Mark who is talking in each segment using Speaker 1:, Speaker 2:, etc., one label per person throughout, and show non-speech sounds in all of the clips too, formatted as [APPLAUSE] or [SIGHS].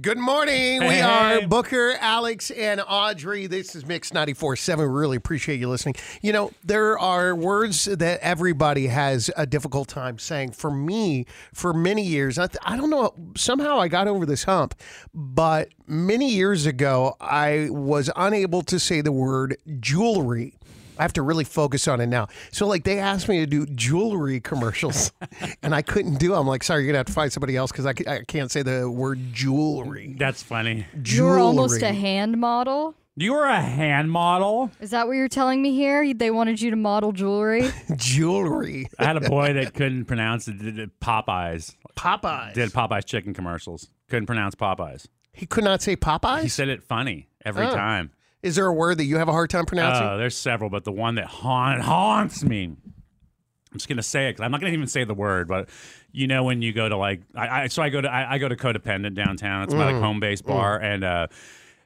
Speaker 1: Good morning. we
Speaker 2: Hey.
Speaker 1: are Booker, Alex, and Audrey. This is Mix 94.7. We really appreciate you listening. You know, there are words that everybody has a difficult time saying. For me, for many years, I, th- I don't know, somehow I got over this hump, but many years ago, I was unable to say the word jewelry. I have to really focus on it now. So, like, they asked me to do jewelry
Speaker 2: [LAUGHS]
Speaker 1: commercials, and I couldn't do. it. I'm like, sorry, you're gonna have to find somebody else because I, c- I can't say the word jewelry.
Speaker 2: That's funny.
Speaker 3: You were almost a
Speaker 1: Jewelry.
Speaker 3: hand model.
Speaker 2: You were a hand model.
Speaker 3: Is that what you're telling me here? They wanted you to
Speaker 1: [LAUGHS]
Speaker 3: model jewelry.
Speaker 1: jewelry.
Speaker 2: I had a
Speaker 1: [LAUGHS]
Speaker 2: boy that couldn't pronounce it. Did it- Popeyes
Speaker 1: Popeyes.
Speaker 2: did Popeyes chicken commercials. Couldn't pronounce Popeyes.
Speaker 1: he could not say Popeyes.
Speaker 2: He said it funny every
Speaker 1: Oh.
Speaker 2: time.
Speaker 1: Is there a word that you have a hard time pronouncing?
Speaker 2: Uh, there's several, but the one that haunt, haunts me. I'm just gonna say it 'cause I'm not gonna even say the word, but you know when you go to like, I, I so I go to I, I go to Codependent downtown. It's my
Speaker 1: Mm.
Speaker 2: like home base bar, and uh,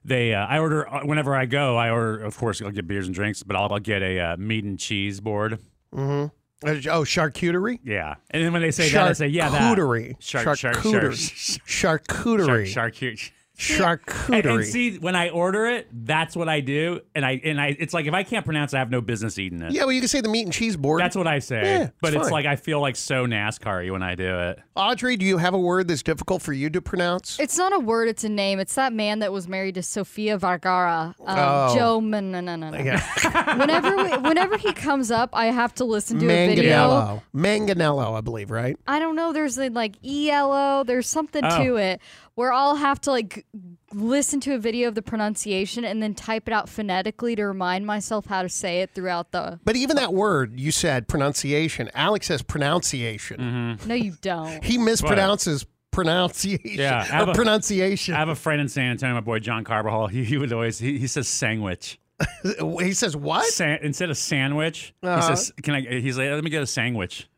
Speaker 2: they uh, I order whenever I go. I order, of course, I'll get beers and drinks, but I'll, I'll get a uh, meat and cheese board.
Speaker 1: Uh, oh, charcuterie.
Speaker 2: Yeah, and then when they say that, I say yeah, that
Speaker 1: Charcuterie.
Speaker 2: Shark, shark, shark,
Speaker 1: Charcuterie. Charcuterie.
Speaker 2: charcuterie.
Speaker 1: Charcuterie.
Speaker 2: And, and see, when I order it, that's what I do, and I and I. It's like if I can't pronounce, it, I have no business eating it.
Speaker 1: yeah, well, you can say the meat and cheese board.
Speaker 2: That's what I say.
Speaker 1: Yeah, it's
Speaker 2: but it's
Speaker 1: fine.
Speaker 2: like I feel like so NASCAR when I do it.
Speaker 1: Audrey, do you have a word that's difficult for you to pronounce?
Speaker 3: it's not a word. It's a name. It's that man that was married to Sofia Vergara. Um,
Speaker 1: Oh.
Speaker 3: Joe. No, no, no, no.
Speaker 1: Yeah. [LAUGHS]
Speaker 3: Whenever we, whenever he comes up, I have to listen to a video.
Speaker 1: Manganello. Manganello, I believe, right?
Speaker 3: I don't know. There's a, like ELO. There's something
Speaker 2: Oh.
Speaker 3: to it where I'll have to like listen to a video of the pronunciation and then type it out phonetically to remind myself how to say it throughout the.
Speaker 1: But even that word you said pronunciation. Alex says pronunciation.
Speaker 3: No, you don't.
Speaker 1: He mispronounces pronunciation
Speaker 2: Yeah, I have
Speaker 1: or
Speaker 2: a-
Speaker 1: pronunciation.
Speaker 2: I have a friend in San Antonio, my boy John Carbajal. He, he would always he, he says sandwich
Speaker 1: he says what?
Speaker 2: San, instead of sandwich.
Speaker 1: Uh-huh.
Speaker 2: He says, "Can I?" He's like, "Let me get a sandwich."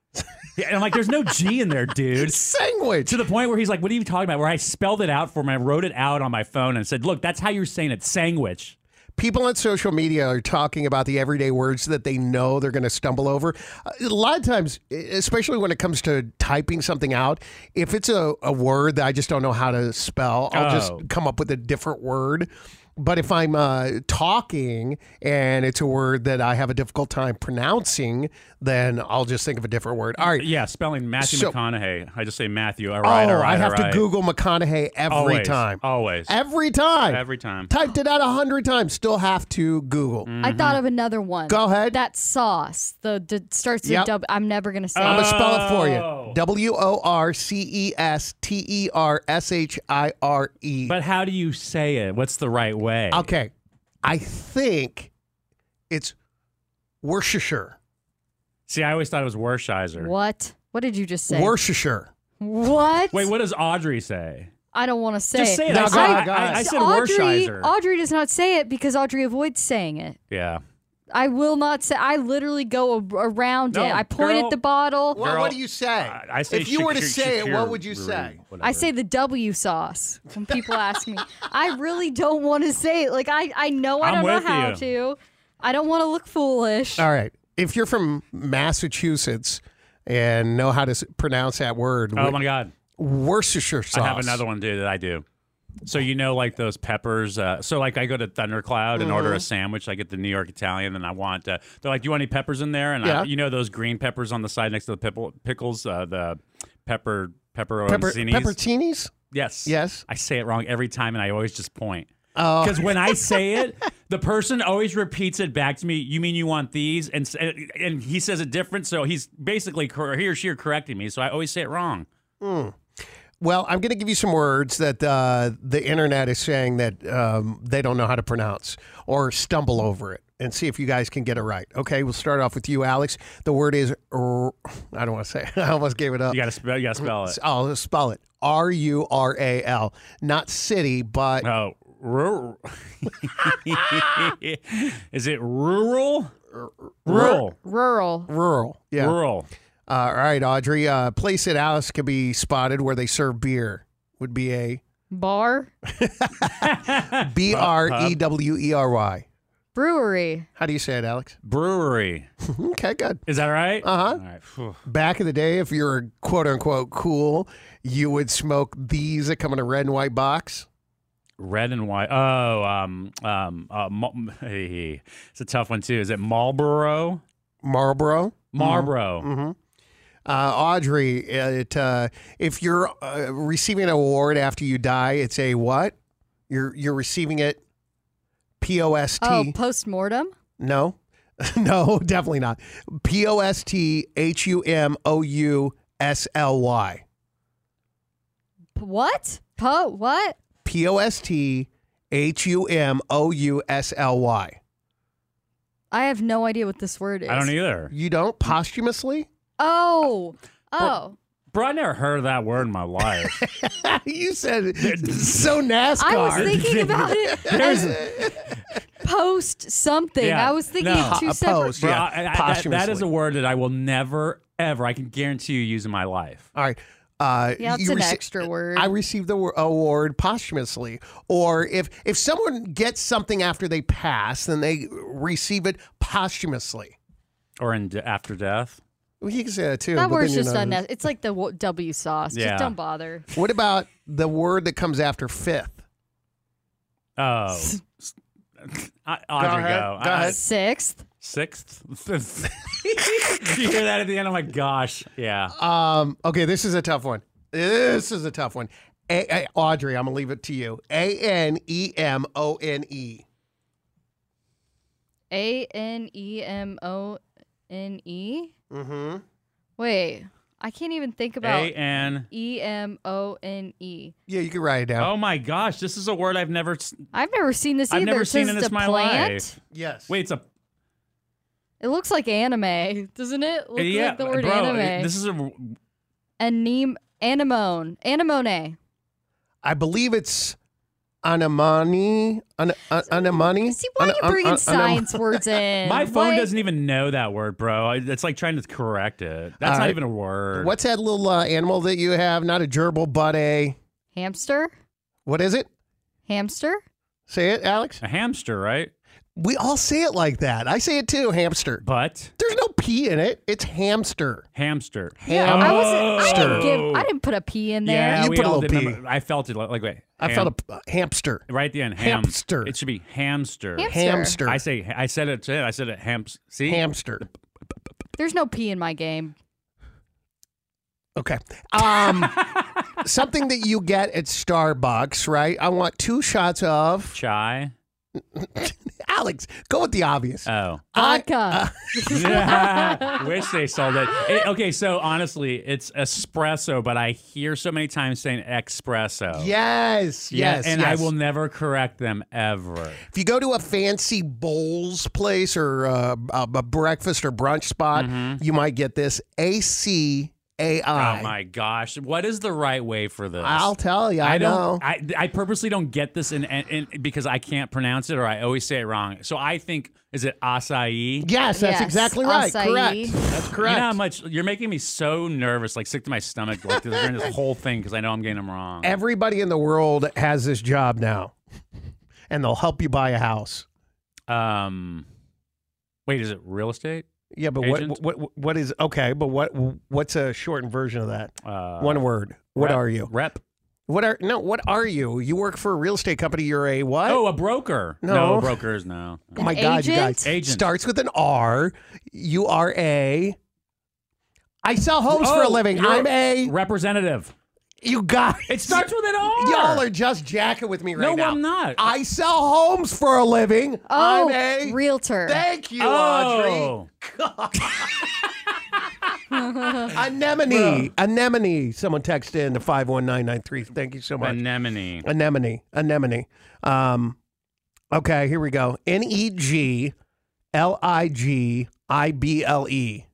Speaker 2: Yeah, and I'm like, "There's no G in
Speaker 1: [LAUGHS]
Speaker 2: there, dude."
Speaker 1: Sandwich.
Speaker 2: To the point where he's like, "What are you talking about?" Where I spelled it out for him, I wrote it out on my phone and said, "Look, that's how you're saying it, sandwich."
Speaker 1: People on social media are talking about the everyday words that they know they're going to stumble over. A lot of times, e, especially when it comes to typing something out, if it's a, a word that I just don't know how to spell, I'll
Speaker 2: Oh.
Speaker 1: just come up with a different word. But if I'm uh, talking and it's a word that I have a difficult time pronouncing, then I'll just think of a different word. All right.
Speaker 2: Yeah, spelling Matthew
Speaker 1: So-
Speaker 2: McConaughey. I just say Matthew.
Speaker 1: Oh,
Speaker 2: All right, all right,
Speaker 1: I
Speaker 2: all
Speaker 1: have
Speaker 2: right.
Speaker 1: to Google McConaughey every
Speaker 2: Always,
Speaker 1: time.
Speaker 2: Always.
Speaker 1: Every time.
Speaker 2: Every time.
Speaker 1: Typed it out a hundred times. Still have to Google.
Speaker 3: I thought
Speaker 2: Mm-hmm.
Speaker 3: of another one.
Speaker 1: Go ahead.
Speaker 3: That sauce. The d- starts with
Speaker 1: Yep.
Speaker 3: W. I'm never gonna
Speaker 2: Uh,
Speaker 3: say.
Speaker 1: I'm
Speaker 3: it.
Speaker 1: gonna spell it for you.
Speaker 2: Oh.
Speaker 1: W O R C E S T E R S H I R E.
Speaker 2: But how do you say it? What's the right way?
Speaker 1: Okay, I think it's Worcestershire.
Speaker 2: See, I always thought it was Worcester.
Speaker 3: What? What did you just say?
Speaker 1: Worcestershire.
Speaker 3: What?
Speaker 2: Wait, what does Audrey say?
Speaker 3: I don't want to say.
Speaker 2: Just say it.
Speaker 1: No,
Speaker 2: I,
Speaker 1: go
Speaker 2: said,
Speaker 1: ahead, go
Speaker 2: I- I-
Speaker 1: ahead.
Speaker 2: I said
Speaker 3: Audrey,
Speaker 2: Worcester.
Speaker 3: Audrey does not say it because Audrey avoids saying it.
Speaker 2: yeah.
Speaker 3: I will not say. I literally go a- around
Speaker 2: No,
Speaker 3: it. I point
Speaker 2: girl.
Speaker 3: at the bottle.
Speaker 1: Well,
Speaker 2: Girl,
Speaker 1: what do you say?
Speaker 2: I, I say
Speaker 1: if you were to
Speaker 2: Shak-
Speaker 1: say it,
Speaker 2: Shakira
Speaker 1: what would you
Speaker 2: Rue,
Speaker 1: say?
Speaker 2: whatever.
Speaker 3: I say the W sauce when people ask me. I really don't want to say it. Like I, I know I
Speaker 2: I'm
Speaker 3: don't
Speaker 2: with
Speaker 3: know how
Speaker 2: you. Uh,
Speaker 3: to. I don't want to look foolish.
Speaker 1: All right. If you're from Massachusetts and know how to s- pronounce that word,
Speaker 2: Oh my God!
Speaker 1: Worcestershire sauce.
Speaker 2: I have another one, dude, that I do. So you know, like those peppers. Uh, so like, I go to Thundercloud and
Speaker 1: Mm-hmm.
Speaker 2: order a sandwich. I get the New York Italian, and I want. Uh, they're like, "Do you want any peppers in there?" And
Speaker 1: Yeah.
Speaker 2: I, you know those green peppers on the side next to the pickle, pickles, uh, the pepper pepper
Speaker 1: Pepper, pepperoncinis?
Speaker 2: Yes.
Speaker 1: Yes.
Speaker 2: I say it wrong every time, and I always just point.
Speaker 1: Oh.
Speaker 2: Because when I say
Speaker 1: [LAUGHS]
Speaker 2: it, the person always repeats it back to me. You mean you want these? And s- uh, and he says it different, so he's basically cor- he or she are correcting me. So I always say it wrong.
Speaker 1: Well, I'm going to give you some words that uh, the internet is saying that um, they don't know how to pronounce or stumble over it and see if you guys can get it right. Okay, we'll start off with you, Alex. The word is, r- I don't want to say, it. [LAUGHS] I almost gave it up.
Speaker 2: You gotta spell. You gotta spell it.
Speaker 1: I'll spell it R U R A L. Not city, but
Speaker 2: Oh. Rural. [LAUGHS] Is it rural? Rural.
Speaker 3: Rural.
Speaker 1: rural. Yeah.
Speaker 2: Rural.
Speaker 1: Uh, all right, Audrey. Uh, place at Alice can be spotted where they serve beer would be a
Speaker 3: Bar.
Speaker 1: B R E W E R Y.
Speaker 3: Brewery.
Speaker 1: How do you say it, Alex? Mm-hmm.
Speaker 2: Brewery.
Speaker 1: okay, good.
Speaker 2: Is that right?
Speaker 1: Uh huh.
Speaker 2: All right. Phew.
Speaker 1: Back in the day, if you were quote unquote cool, you would smoke these that come in a red and white box.
Speaker 2: Red and white. Oh, um, um, uh, Mal- [LAUGHS] hey, it's a tough one too. Is it Marlboro?
Speaker 1: Marlboro.
Speaker 2: Marlboro.
Speaker 1: Mm-hmm. Uh, Audrey, it, uh, if you're uh, receiving an award after you die, it's a what? You're you're receiving it. P O S T.
Speaker 3: Oh, post mortem.
Speaker 1: No, [LAUGHS] no, definitely not. P O S T H U M O U S L Y.
Speaker 3: P- What? Po what?
Speaker 1: P O S T H U M O U S L Y.
Speaker 3: I have no idea what this word is.
Speaker 2: I don't e- either.
Speaker 1: You don't posthumously?
Speaker 3: Oh. Oh.
Speaker 2: Bro, I never heard of that word in
Speaker 1: [LAUGHS]
Speaker 2: my life.
Speaker 1: you
Speaker 3: [LAUGHS]
Speaker 1: said it [LAUGHS] so NASCAR.
Speaker 3: I
Speaker 2: [LAUGHS]
Speaker 3: was thinking about it as post something.
Speaker 2: Yeah,
Speaker 3: I was thinking
Speaker 2: no.
Speaker 3: of two
Speaker 1: A
Speaker 3: separate.
Speaker 1: post.
Speaker 2: Bro,
Speaker 1: Yeah,
Speaker 2: I- I- that- that is
Speaker 1: posthumously.
Speaker 2: a word that I will never, ever, I can guarantee you, use in my life.
Speaker 1: All right. Uh,
Speaker 3: Yeah, it's
Speaker 1: you
Speaker 3: an
Speaker 1: rece-
Speaker 3: extra word.
Speaker 1: I received the wa- award posthumously, or if if someone gets something after they pass, then they receive it posthumously.
Speaker 2: Or in de- after death.
Speaker 1: Well, you can say that too.
Speaker 3: That
Speaker 1: but
Speaker 3: word's
Speaker 1: then you're
Speaker 3: just
Speaker 1: not-
Speaker 3: unnecessary. It's like the w- W sauce.
Speaker 2: Yeah.
Speaker 3: Just don't bother.
Speaker 1: What about the word that comes after fifth?
Speaker 2: Oh. S- [LAUGHS] I, Audrey, go.
Speaker 1: ahead, go
Speaker 2: I-
Speaker 1: ahead.
Speaker 3: Sixth.
Speaker 2: Sixth? [LAUGHS] you hear that at the end? I'm like, gosh. Yeah.
Speaker 1: Um, okay, this is a tough one. This is a tough one. A- A- Audrey, I'm gonna leave it to you. A N E M O N E.
Speaker 3: A N E M O N E.
Speaker 1: Mm-hmm.
Speaker 3: Wait, I can't even think
Speaker 2: A
Speaker 3: about
Speaker 2: N.
Speaker 3: E M O N E.
Speaker 1: Yeah, you can write it down.
Speaker 2: Oh my gosh. This is a word I've never. s-
Speaker 3: I've never seen this
Speaker 2: I've
Speaker 3: either.
Speaker 2: never
Speaker 3: It
Speaker 2: seen
Speaker 3: says
Speaker 2: it
Speaker 3: it's
Speaker 2: in
Speaker 3: a
Speaker 2: my
Speaker 3: plant.
Speaker 2: life.
Speaker 1: Yes.
Speaker 2: Wait, it's a.
Speaker 3: It looks like anime, doesn't it? Look
Speaker 2: yeah,
Speaker 3: like the word
Speaker 2: bro,
Speaker 3: anime.
Speaker 2: This is a.
Speaker 3: Anem- anemone. Anemone.
Speaker 1: I believe it's anemone. An- an- anemone.
Speaker 3: See, why are you
Speaker 1: Mm. An-
Speaker 3: bringing
Speaker 1: an- anem- [LAUGHS]
Speaker 3: science words in?
Speaker 2: My phone
Speaker 3: Why-
Speaker 2: doesn't even know that word, bro. I- It's like trying to correct it. That's
Speaker 1: All
Speaker 2: not
Speaker 1: right.
Speaker 2: even a word.
Speaker 1: What's that little uh, animal that you have? Not a gerbil, but a
Speaker 2: e-
Speaker 3: Hamster?
Speaker 1: what is it?
Speaker 3: Hamster?
Speaker 1: Say it, Alex.
Speaker 2: A hamster, right?
Speaker 1: We all say it like that. I say it too. Hamster.
Speaker 2: But
Speaker 1: There's no p in it. It's hamster.
Speaker 2: hamster.
Speaker 3: Yeah, I wasn't. I
Speaker 2: Hamster.
Speaker 3: didn't give. I didn't put a P in there.
Speaker 2: Yeah,
Speaker 1: You
Speaker 2: we
Speaker 1: put a
Speaker 2: all
Speaker 1: little
Speaker 2: did.
Speaker 1: P.
Speaker 2: Remember, I felt it like, like wait.
Speaker 1: I
Speaker 2: ham-
Speaker 1: felt a p- hamster.
Speaker 2: right at the end. Ham.
Speaker 1: Hamster.
Speaker 2: It should be hamster.
Speaker 3: Hamster.
Speaker 1: Hamster.
Speaker 2: I say. I said it. I said it. Hams. See.
Speaker 1: hamster.
Speaker 3: There's no P in my game.
Speaker 1: Okay.
Speaker 2: [LAUGHS]
Speaker 1: Um, something that you get at Starbucks, right? I want two shots of.
Speaker 2: Chai.
Speaker 1: Alex, go with the obvious. [LAUGHS]
Speaker 2: Oh. [LAUGHS]
Speaker 1: I- uh,
Speaker 3: Vodka.
Speaker 2: Wish they sold it. It- Okay, so honestly, it's espresso, but I hear so many times saying espresso.
Speaker 1: yes,
Speaker 2: Oh. Yeah,
Speaker 1: yes,
Speaker 2: and
Speaker 1: yes.
Speaker 2: I will never correct them ever.
Speaker 1: If you go to a fancy bowls place or uh, a, a breakfast or brunch spot, you might get this A C A
Speaker 2: Mm-hmm. Oh
Speaker 1: I.
Speaker 2: my gosh, what is the right way for this?
Speaker 1: I'll tell you. I,
Speaker 2: I don't.
Speaker 1: know.
Speaker 2: I, I purposely don't get this in, in, in because I can't pronounce it or I always say it wrong. So I think is it acai?
Speaker 1: yes, that's
Speaker 3: Yes,
Speaker 1: exactly right.
Speaker 3: acai.
Speaker 1: Correct. That's correct.
Speaker 2: You know how much you're making me so nervous, like sick to my stomach, like
Speaker 1: [LAUGHS]
Speaker 2: during this whole thing because I know I'm getting them wrong.
Speaker 1: Everybody in the world has this job now, and they'll help you buy a house.
Speaker 2: Um, wait, is it real estate?
Speaker 1: Yeah, but what,
Speaker 2: Agent?
Speaker 1: what what what is okay? But what what's a shortened version of that?
Speaker 2: Uh,
Speaker 1: One word. What
Speaker 2: rep-
Speaker 1: are you?
Speaker 2: Rep.
Speaker 1: What are no? What are you? You work for a real estate company. You're a what?
Speaker 2: Oh, a broker.
Speaker 1: No.
Speaker 2: brokers. No.
Speaker 1: Oh my god, you
Speaker 3: agent?
Speaker 1: guys!
Speaker 2: Agent.
Speaker 1: Starts with an R. You are a. I sell homes for a
Speaker 2: Oh,
Speaker 1: living.
Speaker 2: you're
Speaker 1: I'm a.
Speaker 2: representative.
Speaker 1: You guys.
Speaker 2: It starts with an R.
Speaker 1: Y'all are just jacking with me right
Speaker 2: No,
Speaker 1: now.
Speaker 2: I'm not.
Speaker 1: I sell homes for a living.
Speaker 3: Oh,
Speaker 1: I'm a.
Speaker 3: realtor.
Speaker 1: Thank you, Audrey.
Speaker 2: Oh.
Speaker 1: Anemone. Anemone. Someone texted in to 51993. Thank you so much.
Speaker 2: Anemone.
Speaker 1: anemone. Anemone. Um, okay, here we go. N E G L I G I B L E.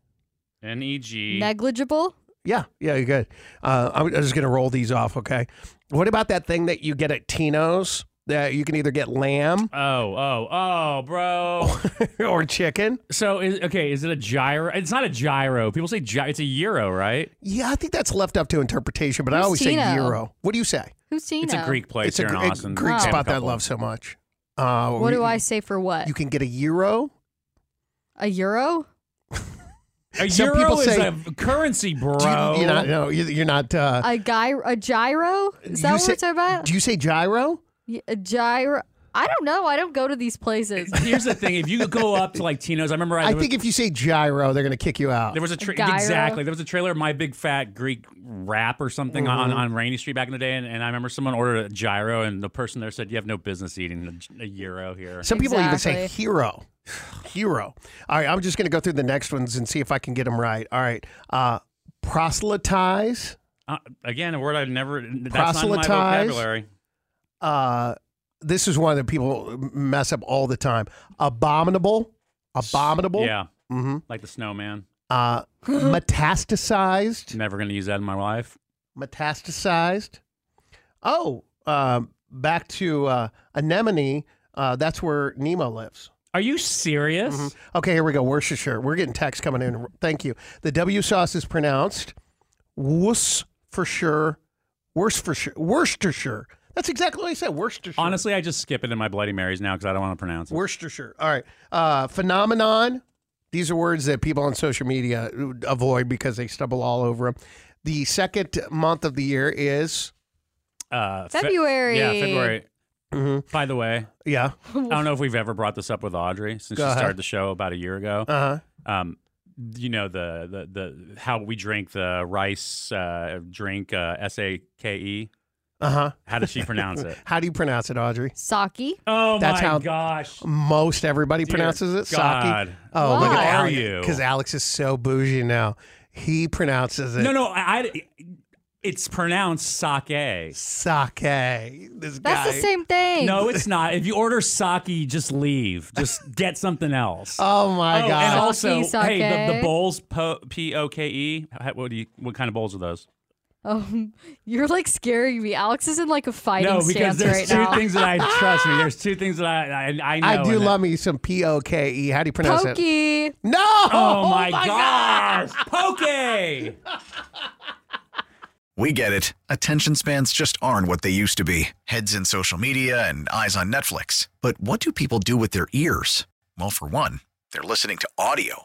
Speaker 2: N E G.
Speaker 3: Negligible?
Speaker 1: Yeah, yeah, you're good. Uh, I'm I'm just going to roll these off, okay? What about that thing that you get at Tino's? That you can either get
Speaker 2: [LAUGHS]
Speaker 1: lamb
Speaker 2: Oh, oh, oh,
Speaker 1: [LAUGHS]
Speaker 2: bro.
Speaker 1: or chicken.
Speaker 2: so, is, okay, is it a gyro? It's not a gyro. People say gy- it's a euro, right?
Speaker 1: Yeah, I think that's left up to interpretation, but I
Speaker 3: Who's
Speaker 1: always
Speaker 3: Tino?
Speaker 1: say euro. What do you say?
Speaker 3: Who's Tino?
Speaker 2: It's a Greek place
Speaker 1: it's a,
Speaker 2: here
Speaker 1: gr-
Speaker 2: in Austin.
Speaker 1: Greek
Speaker 3: Oh.
Speaker 2: They have a
Speaker 1: spot that I
Speaker 2: couple.
Speaker 1: love so much. Uh,
Speaker 3: What
Speaker 1: we-
Speaker 3: do I say for what?
Speaker 1: You can get a euro.
Speaker 3: a euro?
Speaker 2: A
Speaker 1: Some
Speaker 2: euro
Speaker 1: people
Speaker 2: is
Speaker 1: say-
Speaker 2: a currency, bro.
Speaker 1: Do you, you're not. No, you- you're not. Uh,
Speaker 3: A gyro? A gyro? Is that
Speaker 1: you
Speaker 3: what
Speaker 1: say-
Speaker 3: we're talking about?
Speaker 1: Do you say gyro?
Speaker 3: Y- a gyro? I don't know. I don't go to these places.
Speaker 2: Here's the thing: if you go up to like Tino's, I remember I,
Speaker 1: I
Speaker 2: there was-
Speaker 1: think if you say gyro, they're going to kick you out.
Speaker 2: There was a tra-
Speaker 3: Gyro.
Speaker 2: exactly. There was a trailer of My Big Fat Greek Rap or something on,
Speaker 1: Mm-hmm.
Speaker 2: on Rainy Street back in the day, and, and I remember someone ordered a gyro, and the person there said, "You have no business eating a, a gyro here."
Speaker 1: Some people even say
Speaker 3: Exactly.
Speaker 1: hero. [SIGHS] Hero. All right, I'm just going to go through the next ones and see if I can get them right. All right. Uh, proselytize,
Speaker 2: Uh, again, a word I never that's
Speaker 1: Proselytize.
Speaker 2: not in my vocabulary.
Speaker 1: uh, this is one that people mess up all the time. Abominable. Abominable.
Speaker 2: Yeah,
Speaker 1: hmm
Speaker 2: like the snowman.
Speaker 1: Uh, metastasized.
Speaker 2: Never going to use that in my life.
Speaker 1: metastasized. Oh, um, back to uh, anemone. Uh, that's where Nemo lives.
Speaker 2: Are you serious?
Speaker 1: Okay, here we go. Worcestershire. We're getting texts coming in. Thank you. The W sauce is pronounced wuss for sure. Worse for sure. Worcestershire. That's exactly what I said. Worcestershire.
Speaker 2: Honestly, I just skip it in my Bloody Marys now because I don't want to pronounce it.
Speaker 1: Worcestershire. All right. Uh, phenomenon. These are words that people on social media avoid because they stumble all over them. The second month of the year is.
Speaker 2: Uh, Fe-
Speaker 3: February.
Speaker 2: yeah, February.
Speaker 1: Mhm.
Speaker 2: By the way,
Speaker 1: Yeah.
Speaker 2: I don't know if we've ever brought this up with Audrey since
Speaker 1: Go
Speaker 2: she
Speaker 1: ahead.
Speaker 2: started the show about a year ago.
Speaker 1: Uh huh.
Speaker 2: um, you know the, the the how we drink the rice uh, drink uh, S A K E.
Speaker 1: Uh huh.
Speaker 2: How does she pronounce it?
Speaker 1: How do you pronounce it, Audrey?
Speaker 3: Saki?
Speaker 2: Oh
Speaker 1: That's
Speaker 2: my
Speaker 1: how-
Speaker 2: gosh!
Speaker 1: Most everybody
Speaker 2: Dear
Speaker 1: pronounces it
Speaker 2: God.
Speaker 1: sake. Oh, look
Speaker 3: Why?
Speaker 1: at
Speaker 2: Are
Speaker 1: Alex,
Speaker 2: you?
Speaker 1: Because Alex is so bougie now. He pronounces it
Speaker 2: No, no, I. I- it's pronounced sake.
Speaker 1: sake. This
Speaker 3: That's
Speaker 1: guy.
Speaker 3: the same thing.
Speaker 2: No, it's not. If you order sake, just leave. Just get something else.
Speaker 1: Oh my
Speaker 2: Oh, and
Speaker 1: god.
Speaker 2: also,
Speaker 3: Sake,
Speaker 2: hey, the, the
Speaker 3: sake. bowls,
Speaker 2: bowls p o k e. What do you? What kind of bowls are those?
Speaker 3: [LAUGHS] Um, you're like scaring me. Alex is in like a fighting
Speaker 2: no, because
Speaker 3: stance
Speaker 2: there's
Speaker 3: right
Speaker 2: two
Speaker 3: now.
Speaker 2: things
Speaker 3: [LAUGHS]
Speaker 2: that I trust me. There's two things that I I, I know.
Speaker 1: I do
Speaker 2: and that-
Speaker 1: love me some P O K E. How do you pronounce it?
Speaker 3: Pokey.
Speaker 1: No!
Speaker 2: Oh,
Speaker 1: [LAUGHS]
Speaker 2: my, gosh! Poke!
Speaker 4: We get it. Attention spans just aren't what they used to be heads in social media and eyes on Netflix. But what do people do with their ears? Well, for one, they're listening to audio.